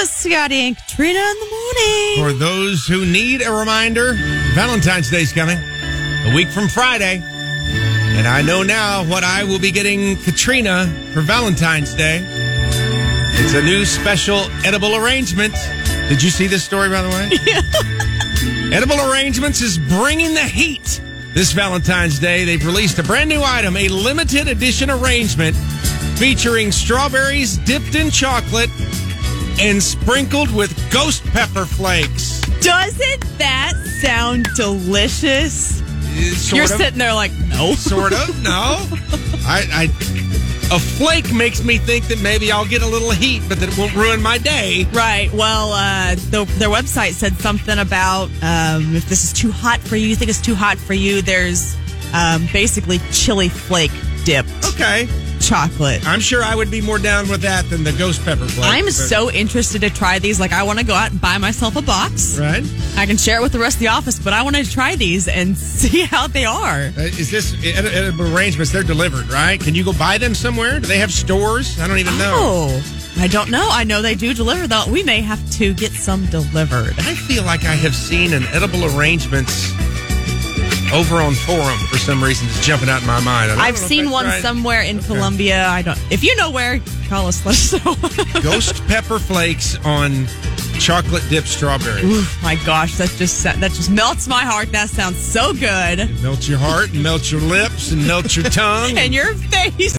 with Scotty and Katrina in the morning. For those who need a reminder, Valentine's Day's coming a week from Friday. And I know now what I will be getting Katrina for Valentine's Day. It's a new special edible arrangement. Did you see this story, by the way? Edible Arrangements is bringing the heat. This Valentine's Day, they've released a brand new item, a limited edition arrangement featuring strawberries dipped in chocolate and sprinkled with ghost pepper flakes. Doesn't that sound delicious? Eh, Sort You're of. sitting there like, no. sort of. No, I, I. A flake makes me think that maybe I'll get a little heat, but that it won't ruin my day. Right. Well, uh, the, their website said something about um, if this is too hot for you, you think it's too hot for you, there's um, basically chili flake dipped Okay, chocolate. I'm sure I would be more down with that than the ghost pepper flake. I'm but- so interested to try these. Like, I want to go out and buy myself a box. right. I can share it with the rest of the office, but I want to try these and see how they are. Uh, Is this ed- edible arrangements? They're delivered, right? Can you go buy them somewhere? Do they have stores? I don't even know. Oh, I don't know. I know they do deliver, though. We may have to get some delivered. I feel like I have seen an edible arrangements over on forum for some reason. It's jumping out in my mind. I don't I've know if seen that's one right. somewhere in Colombia. I don't. If you know where, call us. Let us know. Ghost pepper flakes on chocolate dipped strawberry. Oof, Oh, my gosh, that just sa- that just melts my heart. That sounds so good. Melt your heart, and melt your lips, and melt your tongue. And your face.